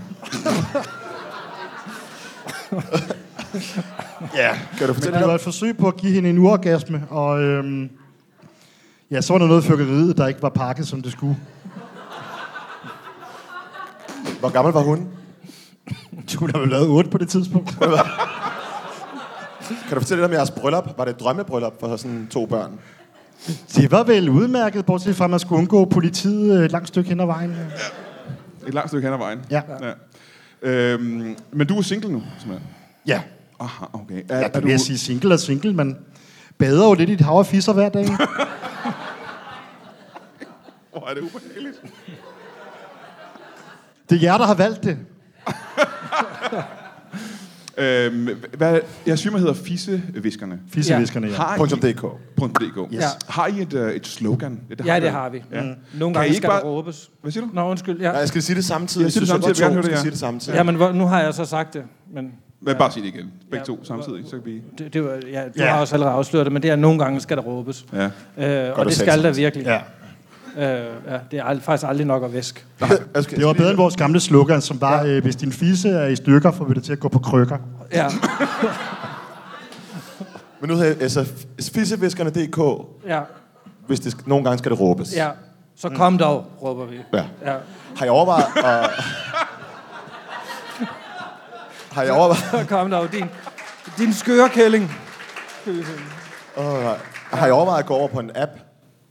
Speaker 2: ja. Kan du fortælle
Speaker 3: Men det
Speaker 2: lidt
Speaker 3: var
Speaker 2: om?
Speaker 3: et forsøg på at give hende en urgasme, og øhm, ja, så var der noget fyrkeriet, der ikke var pakket, som det skulle.
Speaker 2: Hvor gammel var hun?
Speaker 3: Du har jo lavet 8 på det tidspunkt.
Speaker 2: Kan du fortælle lidt om jeres bryllup? Var det et drømmebryllup for sådan to børn?
Speaker 3: det var vel udmærket, bortset fra, at man skulle undgå politiet øh, et langt stykke hen ad vejen.
Speaker 1: Et langt stykke hen ad vejen.
Speaker 3: Ja.
Speaker 1: ja. Øhm, men du er single nu, simpelthen.
Speaker 3: Ja,
Speaker 1: Aha, okay.
Speaker 3: ja
Speaker 1: Er,
Speaker 3: det vil jeg sige single og single, men bader jo lidt i et hav af fisser hver dag.
Speaker 1: Hvor er det ubehageligt.
Speaker 3: Det er jer, der har valgt det.
Speaker 1: Øhm, hvad, jeg synes, man hedder Fisseviskerne.
Speaker 3: Fisseviskerne, ja.
Speaker 1: Har
Speaker 2: Punktum
Speaker 1: I,
Speaker 2: .dk.
Speaker 1: .dk.
Speaker 4: Ja.
Speaker 1: Har I et, øh, et slogan? det
Speaker 4: ja,
Speaker 1: I
Speaker 4: det
Speaker 1: vel?
Speaker 4: har vi.
Speaker 1: Ja.
Speaker 4: Ja. Nogle
Speaker 1: Kan I
Speaker 4: gange
Speaker 1: ikke
Speaker 4: skal
Speaker 1: bare-
Speaker 4: der råbes.
Speaker 1: Hvad siger du?
Speaker 4: Nå, undskyld.
Speaker 2: Nej,
Speaker 4: Ja.
Speaker 2: jeg skal sige det samtidig.
Speaker 1: Jeg siger det
Speaker 2: synes,
Speaker 1: samtidig, jeg vil gerne
Speaker 2: var
Speaker 1: høre
Speaker 2: to,
Speaker 1: det,
Speaker 2: skal
Speaker 1: ja.
Speaker 2: sige det samtidig.
Speaker 4: ja, men hvor- nu har jeg så sagt det. Men
Speaker 1: Men bare sig det igen. Begge ja.
Speaker 4: Ja.
Speaker 1: to samtidig, så kan vi...
Speaker 4: det, det var, ja, du
Speaker 3: Ja.
Speaker 4: har også allerede afsløret det, men det er, at nogle gange skal der råbes.
Speaker 1: Ja.
Speaker 4: Øh,
Speaker 2: du
Speaker 4: og det
Speaker 2: sagde
Speaker 4: skal der
Speaker 2: sådan.
Speaker 4: virkelig.
Speaker 3: Ja.
Speaker 4: Øh, ja, det er ald- faktisk aldrig nok at væske.
Speaker 2: Jeg skal-
Speaker 3: Det var bedre end vores gamle slogan, som var, øh, hvis din fisse er i stykker, får vi det til at gå på krykker.
Speaker 4: Ja,
Speaker 2: Men nu hedder SF fisseviskerne.dk.
Speaker 4: ja,
Speaker 2: Hvis det, sk- nogle gange skal det råbes.
Speaker 4: ja. Så kom dog, råber vi.
Speaker 2: ja.
Speaker 4: Ja.
Speaker 2: Har I overvejet at... har I overvejet...
Speaker 4: Så kom dog, din, din skøre kælling.
Speaker 2: Åh, nej. har I overvejet at gå over på en app?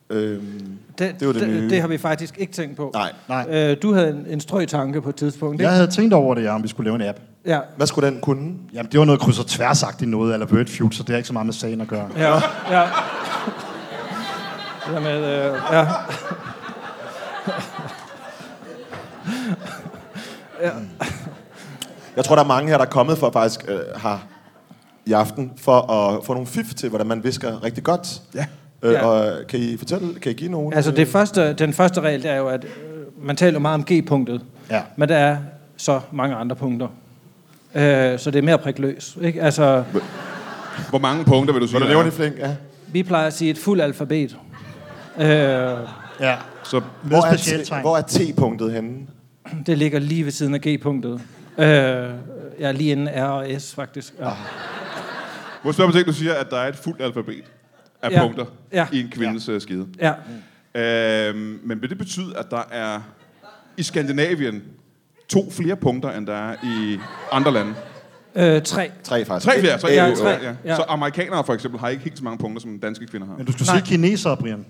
Speaker 2: Øhm, det er jo det, nye.
Speaker 4: det, det har vi faktisk ikke tænkt på.
Speaker 2: Nej.
Speaker 3: Nej.
Speaker 4: Øh, du havde en, en strøg tanke på et tidspunkt,
Speaker 3: Jeg
Speaker 4: ikke?
Speaker 3: havde tænkt over det, ja, om vi skulle lave en app.
Speaker 4: Ja.
Speaker 2: Hvad skulle den kunne?
Speaker 3: Jamen, det var noget kryds og tværsagtigt noget, eller Bird Feud, så det har ikke så meget med sagen at gøre.
Speaker 4: Ja, ja. Det der med, øh, ja.
Speaker 2: Jeg tror, der er mange her, der er kommet for faktisk øh, her i aften, for at få nogle fif til, hvordan man visker rigtig godt.
Speaker 1: Ja.
Speaker 2: Øh,
Speaker 4: Ja.
Speaker 2: Og kan I fortælle, kan I give nogen?
Speaker 4: Altså det første, den første regel det er jo, at øh, man taler meget om G-punktet,
Speaker 3: Ja.
Speaker 4: men der er så mange andre punkter. Øh, så det er mere at prikke løs. Ikke? Altså,
Speaker 1: Hvor mange punkter vil du sige?
Speaker 2: Hvor du
Speaker 1: der
Speaker 2: nævner
Speaker 1: er?
Speaker 2: det flink, ja.
Speaker 4: vi plejer at sige et fuldt alfabet. Øh,
Speaker 3: Ja.
Speaker 1: Så
Speaker 3: Med
Speaker 2: er,
Speaker 3: specialtegn.
Speaker 2: t- hvor er T-punktet henne?
Speaker 4: det ligger lige ved siden af G-punktet. Øh, ja, lige inden R og S faktisk. Ja.
Speaker 1: må jeg spørge om ting, du siger, at der er et fuldt alfabet af
Speaker 4: Ja.
Speaker 1: punkter
Speaker 4: Ja.
Speaker 1: i en kvindes ja. skide.
Speaker 4: ja.
Speaker 1: Øhm, men vil det betyde, at der er i Skandinavien to flere punkter, end der er i andre lande?
Speaker 4: Øh, tre.
Speaker 2: Tre faktisk.
Speaker 1: Tre flere, tre,
Speaker 2: Æ, øh,
Speaker 1: flere.
Speaker 4: Ja, tre.
Speaker 1: Ja.
Speaker 4: Ja.
Speaker 1: Så amerikanere for eksempel har ikke helt så mange punkter, som danske kvinder har.
Speaker 3: Men du skulle
Speaker 4: Nej.
Speaker 3: se kinesere, Brian.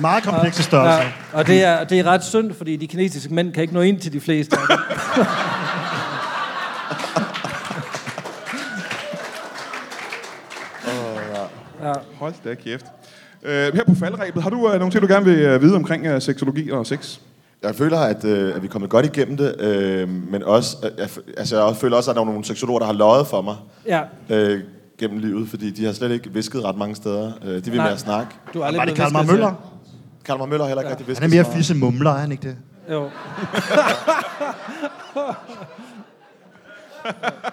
Speaker 3: Meget komplekse størrelser.
Speaker 4: Ja, og det er, det er ret synd, fordi de kinesiske mænd kan ikke nå ind til de fleste. af dem.
Speaker 1: Hold da kæft. Øh, her på faldrebet, har du øh, nogle ting, du gerne vil øh, vide omkring øh, seksologi og sex?
Speaker 2: Jeg føler, at, øh, at vi er kommet godt igennem det, øh, men også, øh, jeg, f- altså, jeg føler også, at der er nogle seksologer, der har løjet for mig
Speaker 4: ja,
Speaker 2: øh, gennem livet, fordi de har slet ikke visket ret mange steder. Øh, de vil
Speaker 4: Nej.
Speaker 2: mere snakke.
Speaker 4: du har aldrig
Speaker 3: Var det
Speaker 4: blevet
Speaker 3: Karl Marr
Speaker 4: vasket
Speaker 3: Møller?
Speaker 2: Karl Mar Møller har heller ikke ja. rigtig
Speaker 3: Han
Speaker 2: visket
Speaker 3: er mere
Speaker 2: så meget.
Speaker 3: fisse mumler, er han ikke det?
Speaker 4: selv. Jo.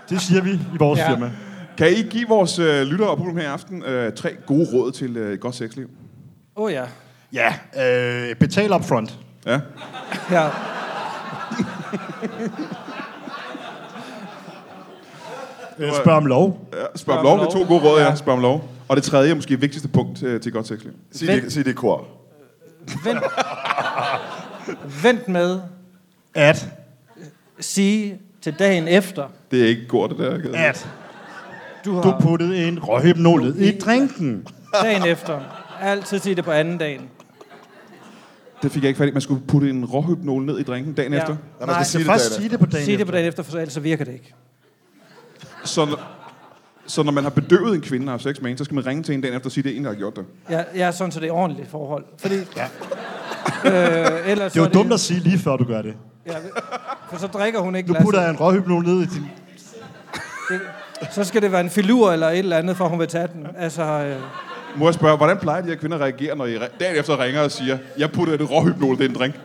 Speaker 3: Det siger vi i vores
Speaker 4: Ja.
Speaker 3: ja. firma.
Speaker 1: Kan I give vores øh, lyttere og publikum her i aften øh, tre gode råd til øh, et godt sexliv?
Speaker 4: Åh oh, ja.
Speaker 3: Ja, øh, betal up front.
Speaker 1: Ja.
Speaker 4: ja.
Speaker 3: Øh, spørg om lov.
Speaker 1: ja spørg om lov. Det er to gode råd, ja. Spørg om lov. Og det tredje, og måske vigtigste punkt øh, til et godt sexliv.
Speaker 2: Sig det, sig det i kor.
Speaker 4: Vent. Vent med
Speaker 3: At.
Speaker 4: sige til dagen efter,
Speaker 1: Det er ikke godt, det der. kan jeg sige.
Speaker 3: At.
Speaker 4: du har
Speaker 3: Du puttede en røghypnol ned i drinken.
Speaker 4: dagen efter. Altid sige det på anden dagen.
Speaker 1: Det fik jeg ikke fat i. Man skulle putte en råhypnol ned i drinken dagen ja. efter.
Speaker 2: Ja, man skal
Speaker 4: Nej,
Speaker 2: sige altså, det
Speaker 3: Først
Speaker 2: dagen
Speaker 3: sig det på dagen
Speaker 4: sig det
Speaker 3: efter.
Speaker 4: på dagen efter, for ellers så virker det ikke.
Speaker 1: Så, n- så når man har bedøvet en kvinde og har sex med en, så skal man ringe til en dagen efter og sige, det er en, der har gjort det.
Speaker 4: Ja, ja sådan, så det er ordentligt forhold. Fordi, ja. øh, ellers
Speaker 3: Det
Speaker 4: så
Speaker 3: var
Speaker 4: er
Speaker 3: dumt at sige lige før, du gør det.
Speaker 4: Ja, for så drikker hun ikke
Speaker 3: Du putter en røghypnol ned i din...
Speaker 4: glasset. Så skal det være en filur eller et eller andet, for hun vil tage den. Altså, øh,
Speaker 1: Må jeg spørge, hvordan plejer de her kvinder at reagere, når I re- dagen efter ringer og siger, jeg puttede et råhypnol ned i en drink?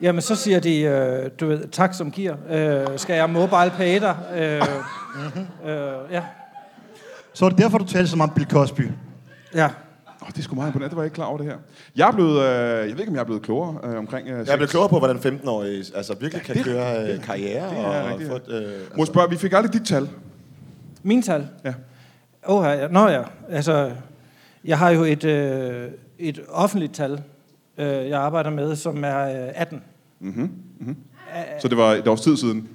Speaker 4: jamen, så siger de, øh, du ved, tak som giver. Øh, skal jeg mobile pay dig? Øh,
Speaker 3: Mhm.
Speaker 4: øh, ja,
Speaker 3: Så var det derfor, du talte som om Bill Cosby.
Speaker 4: ja.
Speaker 1: Åh, det er sgu meget imponerende. Det var jeg ikke klar over, det her. Jeg er blevet, øh, jeg ved ikke, om jeg er blevet klogere øh, omkring øh, sex.
Speaker 2: Jeg blev klogere på, hvordan 15-årige altså, virkelig kan
Speaker 1: det-
Speaker 2: køre øh, karriere
Speaker 1: det er
Speaker 2: og
Speaker 1: rigtigt,
Speaker 2: få
Speaker 1: ja.
Speaker 2: et, øh,
Speaker 1: Må jeg spørge, vi fik aldrig dit tal.
Speaker 4: Min tal?
Speaker 1: Ja.
Speaker 4: Åh, ja. Nå ja, altså, jeg har jo et, øh, et offentligt tal, øh, jeg arbejder med, som er øh, 18.
Speaker 1: Så det var et års tid siden,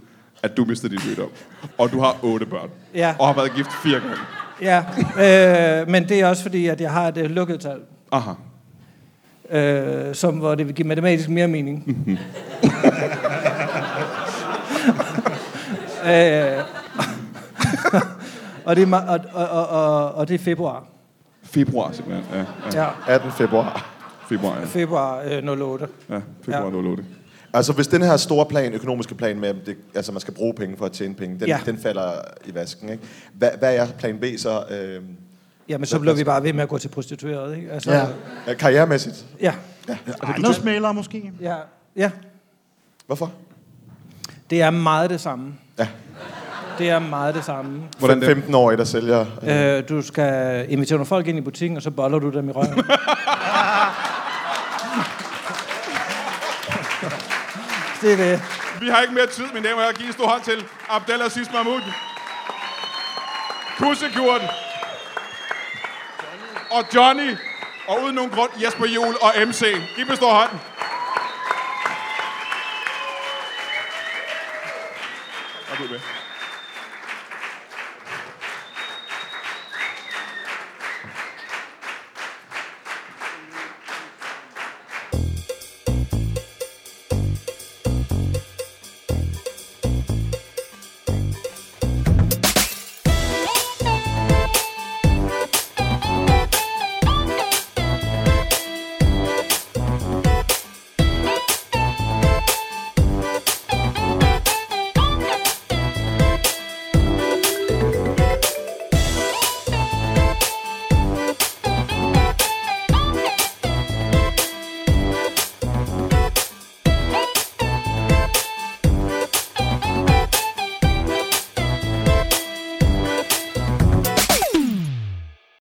Speaker 1: at du mistede din dødom. Og du har otte børn.
Speaker 4: Ja.
Speaker 1: Og har været gift fire gange.
Speaker 4: Ja, øh, men det er også fordi, at jeg har et øh, lukket tal,
Speaker 1: Aha.
Speaker 4: øh, som, hvor det vil give matematisk mere mening. øh, og, det er, ma- og, og, og, og, og det er februar.
Speaker 1: Februar simpelthen. Ja, ja.
Speaker 4: Ja,
Speaker 2: 18. februar.
Speaker 1: Februar, ja.
Speaker 4: februar øh, 08.
Speaker 1: ja februar 08.
Speaker 2: Altså, hvis den her store plan, økonomiske plan med, at det, altså man skal bruge penge for at tjene penge, den,
Speaker 4: Ja.
Speaker 2: ja. den falder i vasken, ikke? Hvad, hvad er jeres plan B så? Øh,
Speaker 4: Jamen, så blev vi bare ved med at gå til prostitueret, ikke? Altså,
Speaker 3: Ja.
Speaker 2: karrieremæssigt?
Speaker 4: ja.
Speaker 3: Ejendomsmalere måske.
Speaker 4: Ja. Ja.
Speaker 2: Hvorfor?
Speaker 4: Det er meget det samme.
Speaker 2: Ja.
Speaker 4: Det er meget det samme.
Speaker 1: Hvordan det?
Speaker 2: Hvordan 15 år der sælger...
Speaker 4: Øh, du skal invitere nogle folk ind i butikken, og så boller du dem i røven. det er det.
Speaker 1: Vi har ikke mere tid, mine damer og herrer. Giv en stor hånd til Abdelaziz Mahmoud. Kussekuren. Og Johnny. Og uden nogen grund, Jesper Jul og MC. Giv dem en stor hånd. Og du er med.